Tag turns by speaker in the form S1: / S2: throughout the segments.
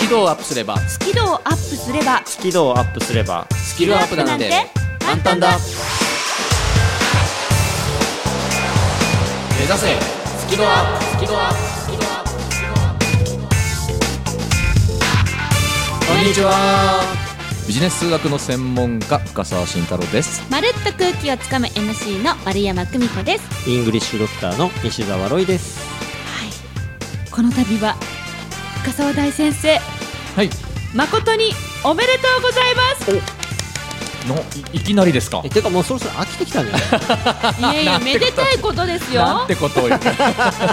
S1: キ度をアップすれば
S2: スキルをアップすれば
S3: スキルをアップすれば
S1: スキルアップなんて簡単だ目指せスキルアップスキルアップスキルアップスキルアップこんにちはビジネス数学の専門家深澤慎太郎です
S2: まるっと空気をつかむ MC の丸山久美子です
S3: イングリッシュドクターの西澤ロイです
S2: はいこの度は深澤大先生
S1: はい
S2: 誠におめでとうござい ます
S1: のいいきなりですか
S3: えてかもうそろそろ飽きてきたんじゃない
S2: いえいえめでたいことですよ
S1: なんてこと を言う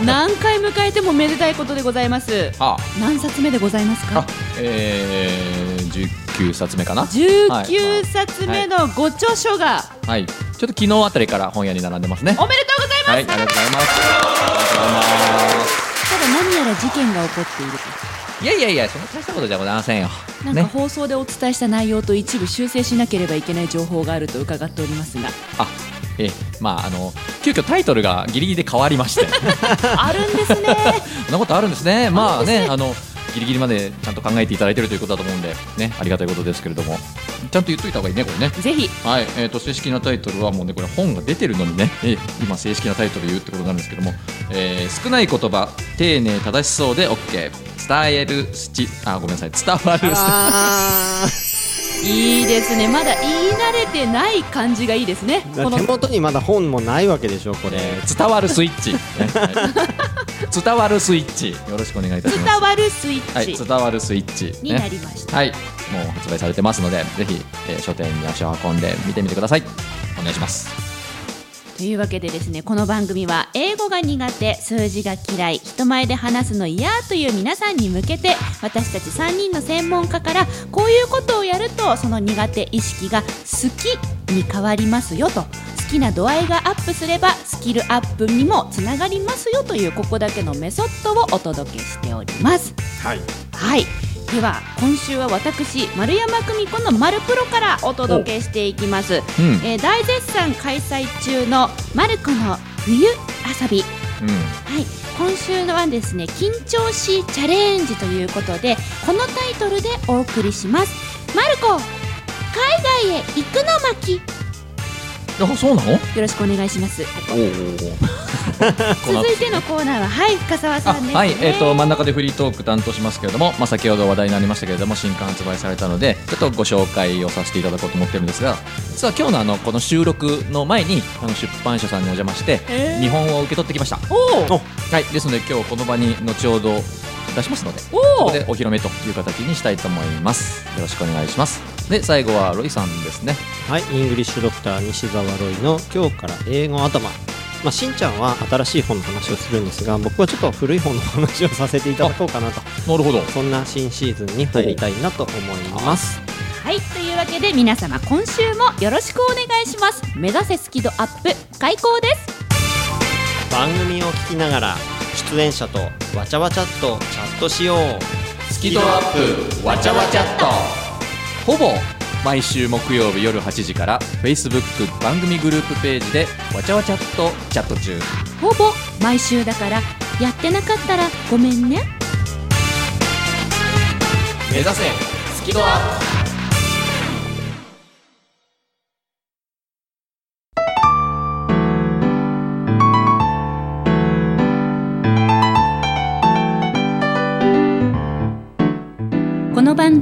S2: 何回迎えてもめでたいことでございます
S1: あ
S2: 何冊目でございます
S1: あ
S2: か
S1: えー、19冊目かな
S2: 19冊目のご著書が
S1: はいちょっと昨日あたりから本屋に並んでますね
S2: おめでとうございます、
S1: はいありがとうございますありがとうございます
S2: ただ何やら事件が起こっている
S1: いやいやいや、そんな大したことじゃございませんよ。
S2: となんか
S1: ね。
S2: 放送でお伝えした内容と一部修正しなければいけない情報があると伺っておりますが
S1: あ、え、まあ、あの、急遽タイトルがギリギリで変わりま して。
S2: あるんですね
S1: そんなことあるんですね。まあね、あの、ギリギリまでちゃんと考えていただいてるということだと思うんで、ね、ありがたいことですけれども。ちゃんと言っといた方がいいね、これね。
S2: ぜひ
S1: はい、えー、と正式なタイトルはもうねこれ本が出てるのにね、えー今正式なタイトル言うってことになるんですけども、えー少ない言葉丁寧正しそうで OK 伝えるしちあごめんなさい伝わる
S3: あ
S2: いいですねまだ言い慣れてない感じがいいです ね
S3: ー
S2: この
S3: 手元にまだ本もないわけでしょこれ
S1: えー伝わるスイッチ、ね はい伝わるスイッチよろしくお願いいたします
S2: 伝わるスイッ
S1: はい
S2: チ
S1: 伝わるスイッチ
S2: にな
S1: ね
S2: りました、
S1: はいもう発売されてますのでぜひ、えー書店に足を運んで見てみてくださいお願いします
S2: というわけでですねこの番組は英語が苦手数字が嫌い人前で話すの嫌という皆さんに向けて私たち3人の専門家からこういうことをやるとその苦手意識が好きに変わりますよと好きな度合いがアップすればスキルアップにもつながりますよというここだけのメソッドをお届けしております。
S3: はい
S2: はいでは今週は私丸山久美子の「マルプロ」からお届けしていきます、
S1: うんうん
S2: えー大絶賛開催中の「マルコの冬遊び」はい、今週のはですね緊張しチャレンジということでこのタイトルでお送りしますマルコ海外へ行くの巻よ
S1: あそうなの
S2: ろしくお願いします
S1: おお
S2: 続いてのコーナーははい深澤さ
S1: あ
S2: んです、ね、
S1: はい、えー、と真ん中でフリートーク担当しますけれども、まあ、先ほど話題になりましたけれども新刊発売されたのでちょっとご紹介をさせていただこうと思ってるんですが実は今日のあのこの収録の前にあの出版社さんにお邪魔して
S2: えー
S1: 見本を受け取ってきました、
S2: おー
S1: はい、ですので今日この場に後ほど出しますのでこ
S2: お
S1: こ
S2: ー
S1: でお披露目という形にしたいと思いますよろしくお願いしますで最後はロイさんですね
S3: はい、イングリッシュドクター西澤ロイの「今日から英語頭」まあ、しんちゃんは新しい本の話をするんですが僕はちょっと古い本の話をさせていただこうかなと
S1: なるほど
S3: そんな新シーズンに入りたいなと思います
S2: はい、というわけで皆様今週もよろしくお願いします目指せスキドアップ開講です
S3: 番組を聞きながら出演者とわちゃわちゃっとチャットしよう
S1: スキドアップわちゃわちゃっとほぼ毎週木曜日夜8時から Facebook 番組グループページでわちゃわちゃっとチャット中
S2: ほぼ毎週だからやってなかったらごめんね
S1: 目指せスキドアップ
S2: この番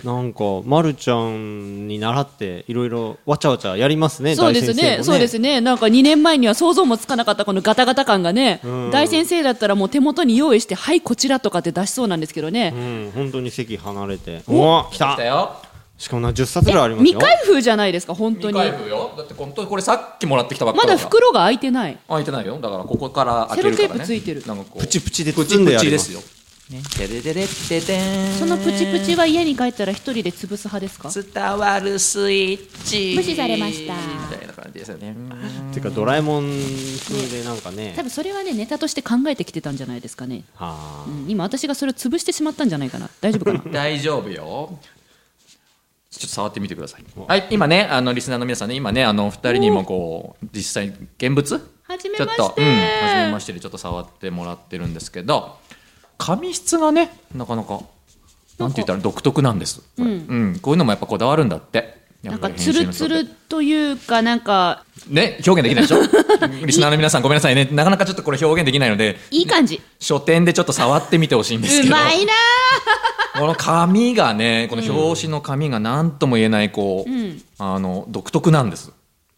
S3: なんか、ま、るちゃんに習っていろいろわちゃわちゃやりますね
S2: そうですね
S3: 大先生も
S2: そうですねなんか2年前には想像もつかなかったこのガタガタ感がね、
S3: うん
S2: 大先生だったらもう手元に用意してはいこちらとかって出しそうなんですけどね、
S3: うん本当に席離れておお来た
S1: 来たよ。
S3: しかもな10冊ぐらいあります
S2: 未
S3: よ
S2: 開封じゃないですか本当
S1: 未
S2: に
S1: 開封よ。だって本当にこれさっきもらってきたばっか
S2: ま
S1: り
S2: だ
S1: から
S2: 袋が開いてない
S1: 開いてないよ。だからここから開けるからね。
S2: セロテープついてる
S1: なんかこう
S3: プチプチで
S1: プチ
S3: 包ん
S1: プ
S3: であ
S1: チ
S3: り
S1: で
S3: ますす
S1: よ。ね、てれれれっててーん
S2: そのプチプチは家に帰ったら一人で潰す派ですか
S1: 伝わるスイッチ
S4: 無視されました
S1: みたいな感じですよね
S3: ていうかドラえもん風でなんかね
S2: 多分それはねネタとして考えてきてたんじゃないですかね、
S3: は
S2: うん今私がそれを潰してしまったんじゃないかな大丈夫 かな
S1: 大丈夫よちょっと触ってみてくださいはい今ねあのリスナーの皆さんね今ねあのお二人にもこう実際に現物ちょっ
S2: はじ
S1: とうん初めましてでちょっと触ってもらってるんですけど紙質がねなかなかなんて言ったら独特なんですこれうんこういうのもやっぱこだわるんだってや
S2: な
S1: っ
S2: ん
S1: ぱ
S2: か
S1: り
S2: ツルツル
S1: 編集の人って
S2: というかなんか
S1: ね表現できないでしょ リスナーの皆さんごめんなさいねなかなかちょっとこれ表現でき ないので
S2: いい感じ
S1: 書店でちょっと触ってみてほしいんですけ
S2: う
S1: ど
S2: まいな
S1: この紙がねこの表紙の紙が何とも言えないこう、
S2: ん
S1: あの独特なんです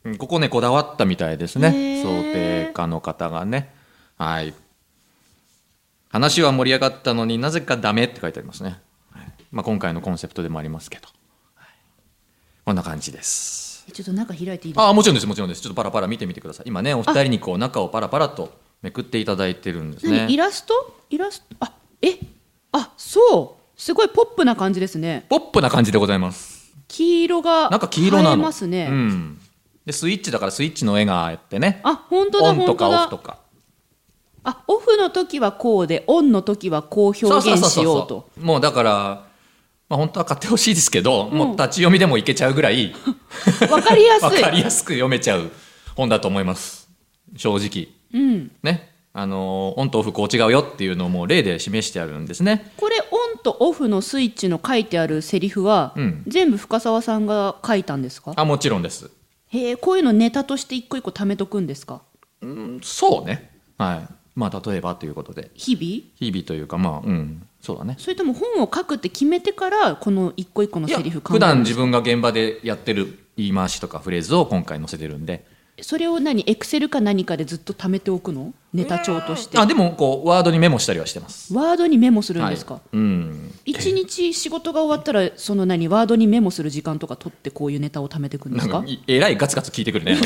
S1: うんここねこだわったみたいですね
S2: へー
S1: 想定家の方がねはい話は盛り上がったのになぜかダメって書いてありますね、はいまあ、今回のコンセプトでもありますけど、はいこんな感じです
S2: ちょっと中開いていいですか
S1: ああもちろんですもちろんですちょっとパラパラ見てみてください今ねお二人にこう中をパラパラとめくっていただいてるんです
S2: 何、
S1: ね
S2: イラストイラストあえあそうすごいポップな感じですね
S1: ポップな感じでございます
S2: 黄色 が
S1: なんか黄色なの
S2: 映えますね、
S1: うん、でスイッチだからスイッチの絵があってね
S2: あ本当
S1: オ
S2: だ
S1: ンと
S2: 本
S1: か
S2: 当
S1: オフ
S2: だ
S1: とか
S2: あオフの時はこうでオンの時はこう表現しようと
S1: うもうだから、まあ、本当は買ってほしいですけど、もう立ち読みでもいけちゃうぐら い
S2: わかりやす
S1: わ
S2: い
S1: かりやすく読めちゃう本だと思います正直
S2: うん、
S1: ねあのーオンとオフこう違うよっていうのをもう例で示してあるんですね
S2: これオンとオフのスイッチの書いてあるセリフは、
S1: うん
S2: 全部深澤さんが書いたんですか
S1: あもちろんです
S2: へえこういうのネタとして一個一個貯めとくんですか
S1: そうね。はい。まあ例えばということで、
S2: 日々
S1: 日々というかまあうん、そうだね。
S2: それとも本を書くって決めてからこの一個一個の
S1: いや
S2: セリフ考え
S1: 普段
S2: る
S1: 自分が現場でやってる言い回しとかフレーズを今回載せてるんで。
S2: それを何エクセルか何かでずっと貯めておくのネタ帳として
S1: あでもこうワードにメモしたりはしてます。
S2: ワードにメモするんですか、
S1: はい、うん。
S2: 一日仕事が終わったらその何ワードにメモする時間とか取ってこういうネタを貯めていくんで
S1: な
S2: す
S1: んか
S2: か
S1: えらいガツガツ聞いてく るね。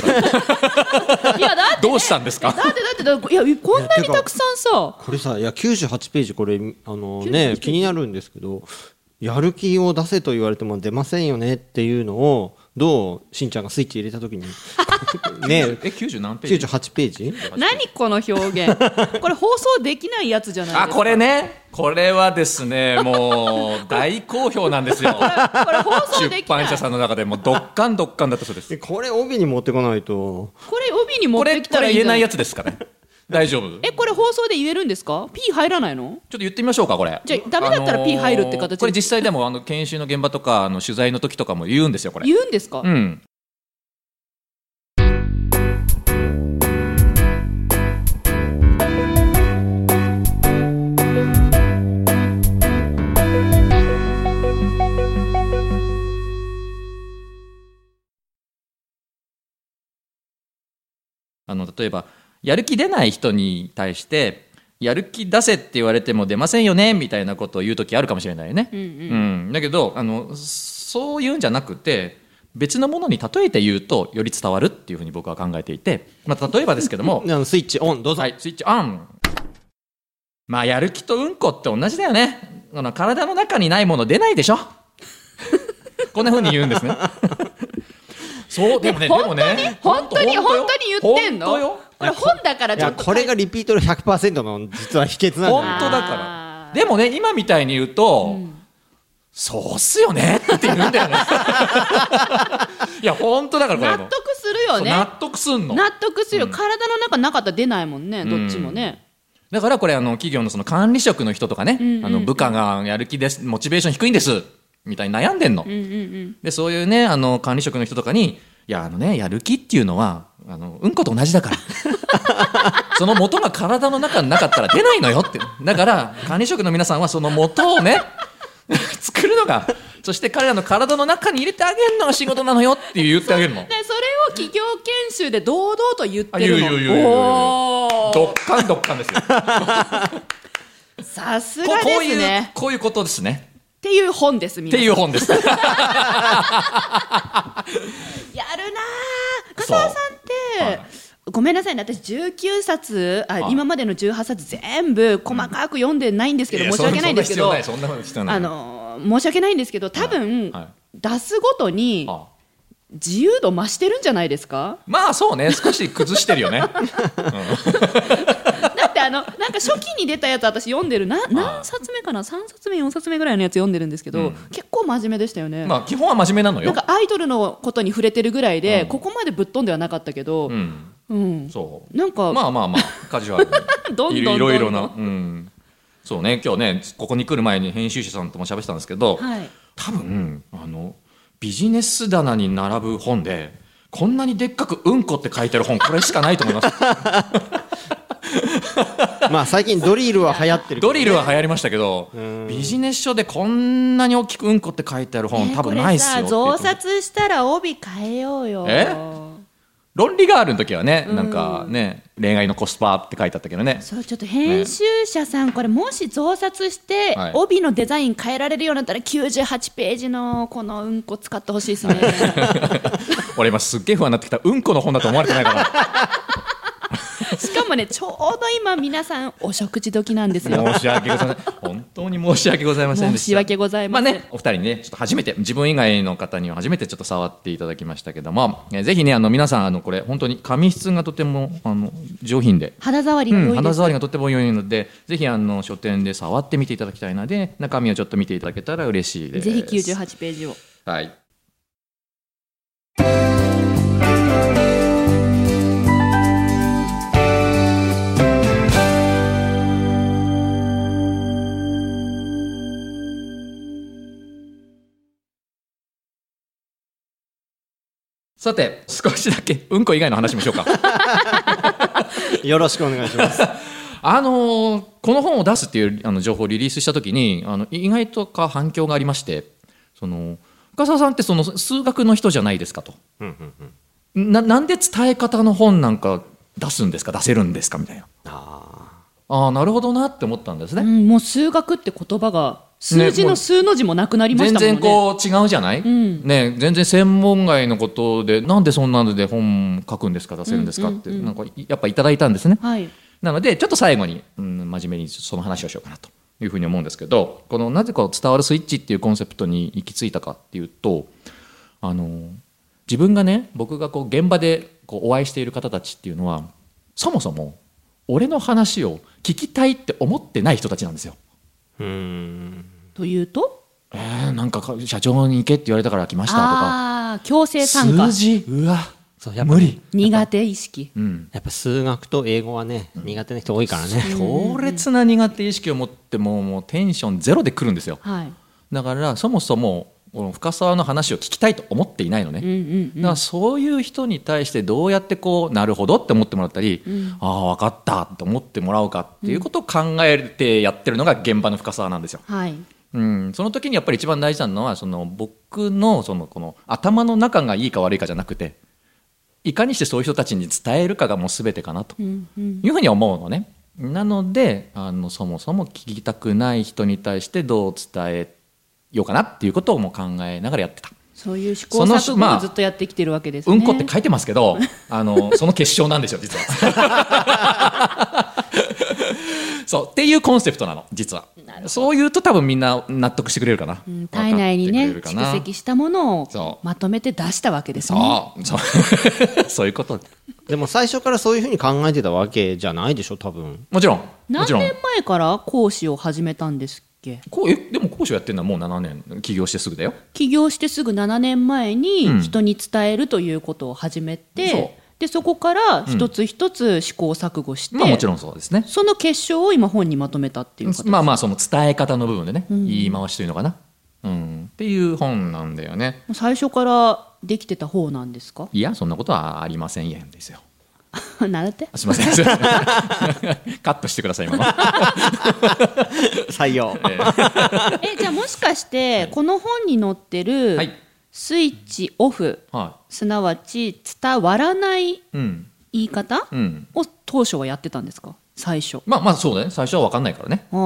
S2: いやだって
S1: どうしたんです
S2: だって
S1: か。
S2: だってだっていやこんなにたくさんさ
S3: これさいや98ページこれあの
S2: 98ペー
S3: ね
S2: ジ
S3: 気になるんですけどやる気を出せと言われても出ませんよねっていうのをどうしんちゃんがスイッチ入れた時に ね
S1: え九十何ページ。
S3: 98ページ
S2: 何この表現これ放送できないやつじゃないですか
S1: あこれね。これはですねもう大好評なんですよ。
S2: これ放送で
S1: 出
S2: きない
S1: 版社さんの中でもうドッカンドッカンだったそうです。
S3: えこれ帯に持ってこないと
S2: これ帯に持
S1: こ
S2: って
S1: れ
S2: き
S1: こ
S2: たら
S1: れ
S2: いい
S1: 言え
S2: じゃ
S1: なんいやつですかね。大丈夫ちょっ
S2: えこれ放送で言えるんですか P 入らないの
S1: と言ってみましょうかこれ
S2: じゃあダメだったら P 入るって形で
S1: これ実際でもあの研修の現場とかあの取材の時とかも言うんですよこれ
S2: 言うんですか、
S1: うんあの例えばやる気出ない人に対してやる気出せって言われても出ませんよねみたいなことを言う時あるかもしれないよね。
S2: うんうん
S1: うん、だけどあのそういうんじゃなくて別のものに例えて言うとより伝わるっていうふうに僕は考えていて、まあ、例えばですけど も
S3: あのスイッチオンどうぞ、
S1: はい、スイッチオンまあやる気とうんこって同じだよねあの体の中にないもの出ないでしょ こんなふうに言うんです ねそうでもねでもね
S2: 本当に
S1: ほ
S2: 本
S1: んと
S2: 当に言ってんの
S1: ほとよ
S2: これ本だから
S3: い
S2: ちょ
S3: や
S2: っと
S3: これがリピートの100%の実は秘訣なんだよ
S1: 本当だから
S2: あー
S1: でもね今みたいに言うと、そうっすよねって言うんだよね いや本当だからこれ
S2: 納
S1: も
S2: 得するよね
S1: そう納得すんの
S2: 納得するよ、体の中なかったら出ないもんね、
S1: ん
S2: どっちもね
S1: だからこれあの企業のその管理職の人とかね、
S2: んうん
S1: あの部下がやる気ですモチベーション低いんですみたいに悩んでんの、
S2: うんうんうん
S1: でそういうねあの管理職の人とかにいやあのねやる気っていうのはあのうんこと同じだから その元が体の中になかったら出ないのよってだから管理職の皆さんはその元をね 作るのがそして彼らの体の中に入れてあげるのが仕事なのよって言ってあげるの
S2: でそれを企業研修で堂々と言って
S1: あ言う言う言う言う
S2: る
S1: 言う
S2: のお
S1: ど
S2: お
S1: っかんどっかん ですよこ
S2: さす
S1: う
S2: が
S1: こう
S2: です
S1: いう
S2: ね
S1: こういうことですね
S2: っていう本です
S1: っ
S2: 皆
S1: て
S2: さん
S1: いう本です
S2: やるなあ
S1: そう
S2: 笠原さんって、
S1: はい
S2: ごめんなさいね私19冊あ、
S1: はい
S2: 今までの18冊全部細かく読んでないんですけど、申し訳ないんですけど
S1: そんな必要ない
S2: あの申し訳ないんですけど多分、
S1: はいは
S2: 出すごとに
S1: あ
S2: 自由度増してるんじゃないですか
S1: まあそうね少し崩してる よね
S2: だってあのなんか初期に出たやつ私読んでるな何冊目かな3冊目4冊目ぐらいのやつ読んでるんですけど、
S1: うん
S2: 結構真面目でしたよね、
S1: まあ基本は真面目なの
S2: な
S1: よ
S2: んかアイドルのことに触れてるぐらいで、
S1: うん
S2: ここまでぶっ飛んではなかったけど、
S1: うん
S2: うん
S1: そう
S2: なんか、
S1: まあまあまあカジュアルに
S2: どんどんどんどん
S1: いろいろいろなうんそうね今日ねここに来る前に編集者さんとも喋ってたんですけど、
S2: はい
S1: 多分あのビジネス棚に並ぶ本でこんなにでっかく「うんこ」って書いてる本これしかないと思います
S3: まあ最近ドリルは流行ってるけど
S1: ドリルは流行りましたけど
S3: ん
S1: ビジネス書でこんなに大きく「うんこ」って書いてある本多分ないっすよっていう
S2: これさ増刷したら帯変えようよ
S1: え論理ガールの時はね、なんかね、恋愛のコスパって書いてあったけどね。
S2: そうちょっと編集者さん、これもし増刷して、
S1: はい
S2: 帯のデザイン変えられるようになったら98ページのこのうんこ使ってほしいです ね、
S1: 俺今すっげえ不安になってきた。うんこの本だと思われてないから。
S2: しかもねちょうど今皆さんお食事時なんですよ
S1: 申し訳ございません。本当に申し訳ございませんで
S2: 申
S1: した。
S2: し訳ござい
S1: ま
S2: ま
S1: あ
S2: せん、
S1: ね、お二人にね、ちょっと初めて、自分以外の方には初めてちょっと触っていただきましたけども、えーぜひね、あの、皆さん、あの、これ、本当に紙質がとても、あの、上品で、
S2: 肌触り
S1: う
S2: が良い
S1: ん、
S2: です、
S1: 肌触りがとても良いので、ぜひ、あの、書店で触ってみていただきたいので、中身をちょっと見ていただけたら嬉しいです。
S2: ぜひ98ページを
S1: はい。さて少しだけうんこ以外の話もしよ うか
S3: よろしくお願いします
S1: あのーこの本を出すっていうあの情報をリリースした時にあの意外とか反響がありましてその深澤さんってその数学の人じゃないですかと
S3: うんうんうん
S1: ななんで伝え方の本なんか出すんですか出せるんですかみたいな
S3: あ
S1: ああなるほどなって思ったんです
S2: う
S1: ね、
S2: ん、もう数学って言葉が数字
S1: ねも
S2: の
S1: う
S2: 数の字もなくなりまし
S1: 全
S2: たもんね
S1: 然こう違うじゃない、
S2: ん
S1: ね、全然専門外のことでなんでそんなので本書くんですか出せるんですかって、
S2: うんうんうん
S1: なんかやっぱいただいたんですね
S2: はい
S1: なのでちょっと最後に、うん、真面目にその話をしようかなというふうに思うんですけどこの「なぜか伝わるスイッチ」っていうコンセプトに行き着いたかっていうとあの自分がね僕がこう現場でこうお会いしている方たちっていうのはそもそも俺の話を聞きたいって思ってない人たちなんですよ。
S3: ーうーん
S2: というと
S1: えー、なんかか社長に行けって言われたから来ましたとか
S2: ああー強制参加
S1: 数字うわ
S3: そうやっぱ無理
S2: 苦手意識
S1: うん、
S3: やっぱ数学と英語はね、苦手な人多いからね
S1: 強烈な苦手意識を持ってももうテンションゼロで来るんですよ
S2: はい
S1: だからそもそもこの深沢の話を聞きたいと思っていないのね、
S2: うんうん
S1: だ
S2: うん
S1: からそういう人に対してどうやってこうなるほどって思ってもらったり、ああ分かったって思ってもらおうかっていうことを考えてやってるのが現場の深沢なんですよ。
S2: はい
S1: うん、その時にやっぱり一番大事なのはその僕のそのこの頭の中がいいか悪いかじゃなくていかにしてそういう人たちに伝えるかがもう全てかなと
S2: うんうん
S1: いうふうに思うのね。なのであのそもそも聞きたくない人に対してどう伝えようかなっていうことをもう考えながらやってた。
S2: そういう試行錯
S1: その
S2: 誤
S1: まあ
S2: をずっとやってきてるわけですね
S1: うんこって書いてますけど、あ のその結晶なんですよ実は。 そうっていうコンセプトなの実はそう言うと多分みんな納得してくれるかな、
S2: うん体内にね
S1: 分かってくれるかな
S2: 蓄積したもの
S1: そ
S2: を
S1: う
S2: まとめて出したわけですね
S1: そうそうそういう こと
S3: でも最初からそういうふうに考えてたわけじゃないでしょ多分
S1: もちろんも
S2: 何
S1: ちろん
S2: 年前から講師を始めたんですっけ
S1: こうえでも講師をやってるのはもう7年起業してすぐだよ
S2: 起業してすぐ7年前
S1: うん
S2: に人に伝えるということを始め
S1: そう
S2: て、でそこから一つ一つ試行錯誤して、
S1: まあもちろんそうですね
S2: その結晶を今本にまとめたっていう形、
S1: まあまあその伝え方の部分でね、言い回しというのかな、うん、っていう本なんだよね
S2: 最初からできてた方なんです か
S1: いやそんなことはありませんやんですよ
S2: なんだって
S1: あすいませ ん。すいませんカットしてください、今の。
S3: 採用
S2: えじゃあもしかしてこの本に載ってる
S1: はい
S2: スイッチオフ
S1: は
S2: すなわち伝わらない
S1: い。うん。
S2: 言い方
S1: うん。
S2: を当初はやってたんですか最初
S1: まあ、まあ、そうだね。最初は分かんないからね。
S2: あ
S1: う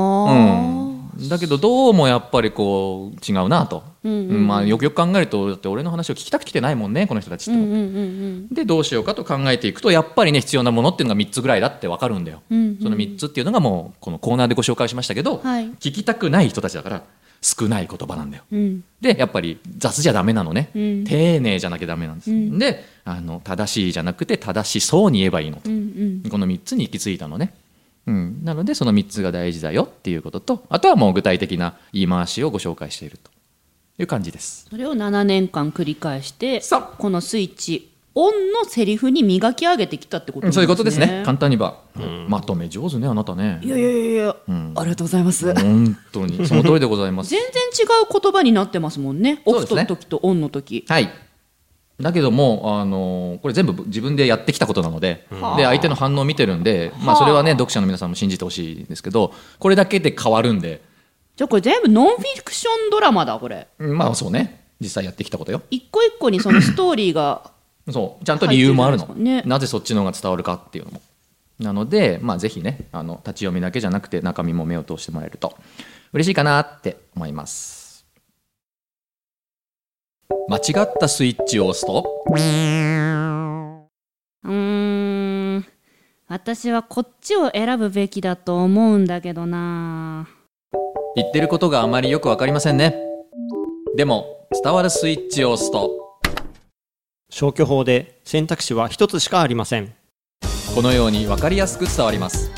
S2: ー
S1: ん。だけど、どうもやっぱりこう、違うなと。
S2: うんうんうん
S1: まあ、よくよく考えると、だって俺の話を聞きたくて来てないもんね、この人たち
S2: う
S1: っ
S2: ん
S1: て。
S2: うんうんうん
S1: で、どうしようかと考えていくと、やっぱりね、必要なものっていうのが3つぐらいだって分かるんだよ。
S2: うんうん
S1: その3つっていうのがもう、このコーナーでご紹介しましたけど、
S2: はい
S1: 聞きたくない人たちだから、少ない言葉なんだよ。
S2: うん
S1: でやっぱり雑じゃダメなのね、
S2: うん
S1: 丁寧じゃなきゃダメなんです、
S2: うん
S1: であの正しいじゃなくて正しそうに言えばいいのと
S2: うんうん
S1: この3つに行き着いたのね、うん、なのでその3つが大事だよっていうこととあとはもう具体的な言い回しをご紹介しているという感じです
S2: それを7年間繰り返して
S1: そう
S2: このスイッチオンのセリフに磨き上げてきたってことなん
S1: そういうことですね簡単に言えば、まとめ上手ねあなたね
S2: いやいやいや、ありがとうございます
S1: 本当にその通りでございます
S2: 全然違う言葉になってますもんね
S1: そう
S2: オ
S1: で
S2: フ
S1: すね
S2: の時とオンの時
S1: はいだけども、あのこれ全部自分でやってきたことなので,、
S2: はあ
S1: で相手の反応を見てるんで、まあ、それはね読者の皆さんも信じてほしいんですけどこれだけで変わるんで
S2: じゃあこれ全部ノンフィクションドラマだこれ
S1: うんまあそうね実際やってきたことよ
S2: 一個一個にそのストーリーが
S1: そうちゃんと理由もあるの
S2: 入ってるんですかね
S1: なぜそっちの方が伝わるかっていうのもなので、まあ、ぜひねあの立ち読みだけじゃなくて中身も目を通してもらえると嬉しいかなって思います間違ったスイッチを押すと
S4: うーん私はこっちを選ぶべきだと思うんだけどな
S1: 言ってることがあまりよくわかりませんねでも伝わるスイッチを押すと
S3: 消去法で選択肢は一つしかありません
S1: このように分かりやすく伝わります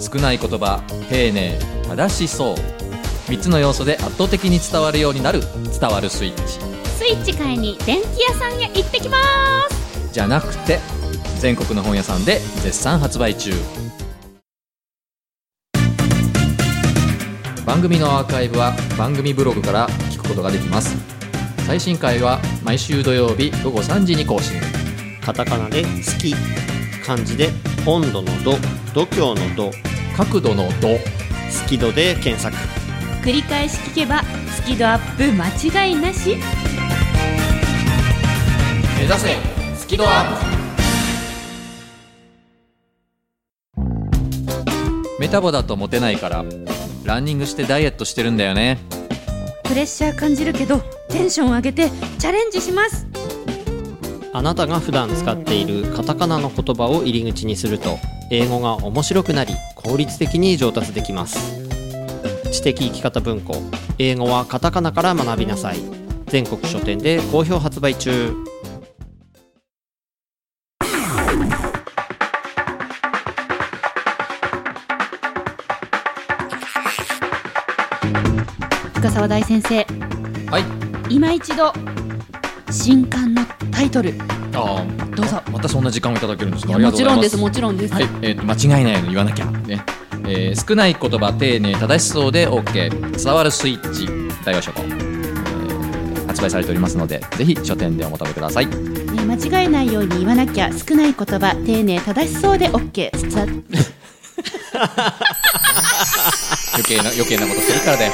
S1: 少ない言葉丁寧正しそう3つの要素で圧倒的に伝わるようになる伝わるスイッチ
S4: スイッチ買いに電気屋さんへ行ってきまーす
S1: じゃなくて全国の本屋さんで絶賛発売中番組のアーカイブは番組ブログから聞くことができます最新回は毎週土曜日午後3時に更新
S3: カタカナで「好き」漢字で「温度の度」「度胸の度」
S1: 角度の度
S3: 「好き度」で検索
S4: 繰り返し聞けばスキドアップ間違いなし
S1: 目指せスキドアップメタボだとモテないからランニングしてダイエットしてるんだよね
S4: プレッシャー感じるけどテンション上げてチャレンジします
S3: あなたが普段使っているカタカナの言葉を入り口にすると英語が面白くなり効率的に上達できます知的生き方文庫英語はカタカナから学びなさい全国書店で好評発売中
S4: 深澤大先生
S1: はい
S4: 今一度新刊のタイトル
S1: あ
S2: どうぞ
S1: あまたそんな時間をいただけるんですかありが
S2: も
S1: とう
S2: ち
S1: ござ
S2: ろ
S1: い
S2: ん
S1: ま
S2: ですもちろんです、
S1: はい、えーと間違いないように言わなきゃね、えー少ない言葉丁寧正しそうで OK 伝わるスイッチ大和書庫、えー発売されておりますのでぜひ書店でお求めください
S4: えー間違えないように言わなきゃ少ない言葉丁寧正しそうで OK 伝わ
S1: 余計な余計なことするからだよ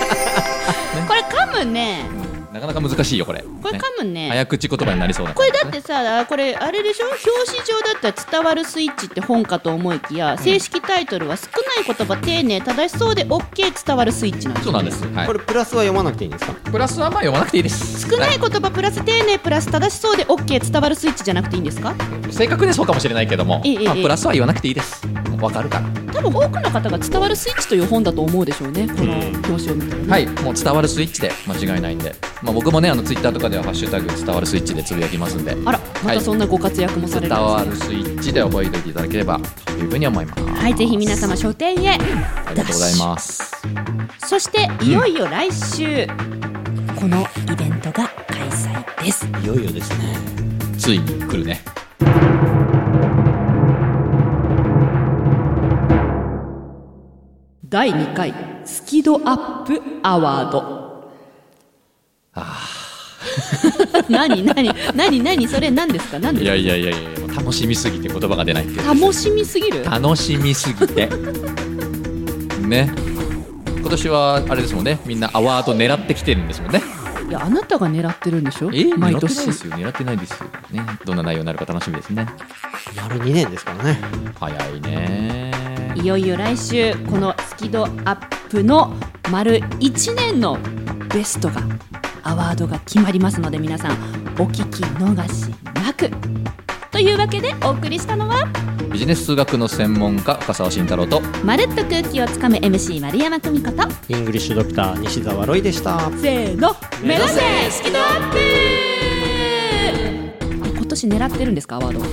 S4: これ噛むね
S1: なかなか難しいよこれ
S4: これ
S1: ね
S4: 噛むね
S1: 早口言葉になりそうな
S4: こ
S1: 感
S4: れ
S1: じね
S4: だってさあこれあれでしょ表紙上だったら「伝わるスイッチ」って本かと思いきや正式タイトルは「少ない言葉丁寧正しそうで OK 伝わるスイッチ」なんです
S1: そうなんです、はい、
S3: これプラスは読まなくていいんですか
S1: プラスはまあ読まなくていいです
S4: 少ない言葉プラス丁寧プラス正しそうで OK 伝わるスイッチじゃなくていいんですか
S1: 正確にはそうかもしれないけども、
S4: ええ
S1: まあ、
S4: ええ
S1: プラスは言わなくていいですわかるから
S2: 多分多くの方が伝わるスイッチという本だと思うでしょうねこの
S3: うん
S2: 表紙を見て
S1: はい、もう伝わるスイッチで間違いないんで、まあ、僕もねあのツイッターとかでは「ハッシュタグ伝わるスイッチ」でつぶやきますんで
S2: あらま
S1: はい
S2: たそんなご活躍もされ
S1: 伝
S2: るんですね
S1: わるスイッチで覚えておいていただければというふうに思います
S4: はいぜひ皆様書店へ
S1: ありがとうございます
S4: そしていよいよ来週、このイベントが開催です
S3: いよいよですね
S1: ついに来るね
S2: 第2回スキドアップアワードあ 何何何何それ何ですか何
S1: い
S2: で
S1: やいやいやいや楽しみすぎて言葉が出ないってい
S2: す
S1: う
S2: か楽しみすぎる
S1: 楽しみすぎてね今年はあれですもんねみんなアワード狙ってきてるんですもんね
S2: いやあなたが狙ってるんでしょ、
S1: えー、
S2: 毎
S1: 狙ってない
S2: 年
S1: ですよ狙ってないですよねどんな内容になるか楽しみですね
S3: 丸2年ですからね
S1: 早いね
S2: いよいよ来週このスキドアップの丸1年のベストがアワードが決まりますので皆さんお聞き逃しなく
S4: というわけでお送りしたのは
S1: ビジネス数学の専門家深澤慎太郎と
S4: 「まるっと空気をつかむ MC 丸山久美子」と
S3: イングリッシュドクター西澤ロイでした
S2: せーの
S4: 「目指せスキドアップ
S2: 今年狙ってるんですかアワードは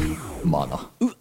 S1: まあな
S2: うわ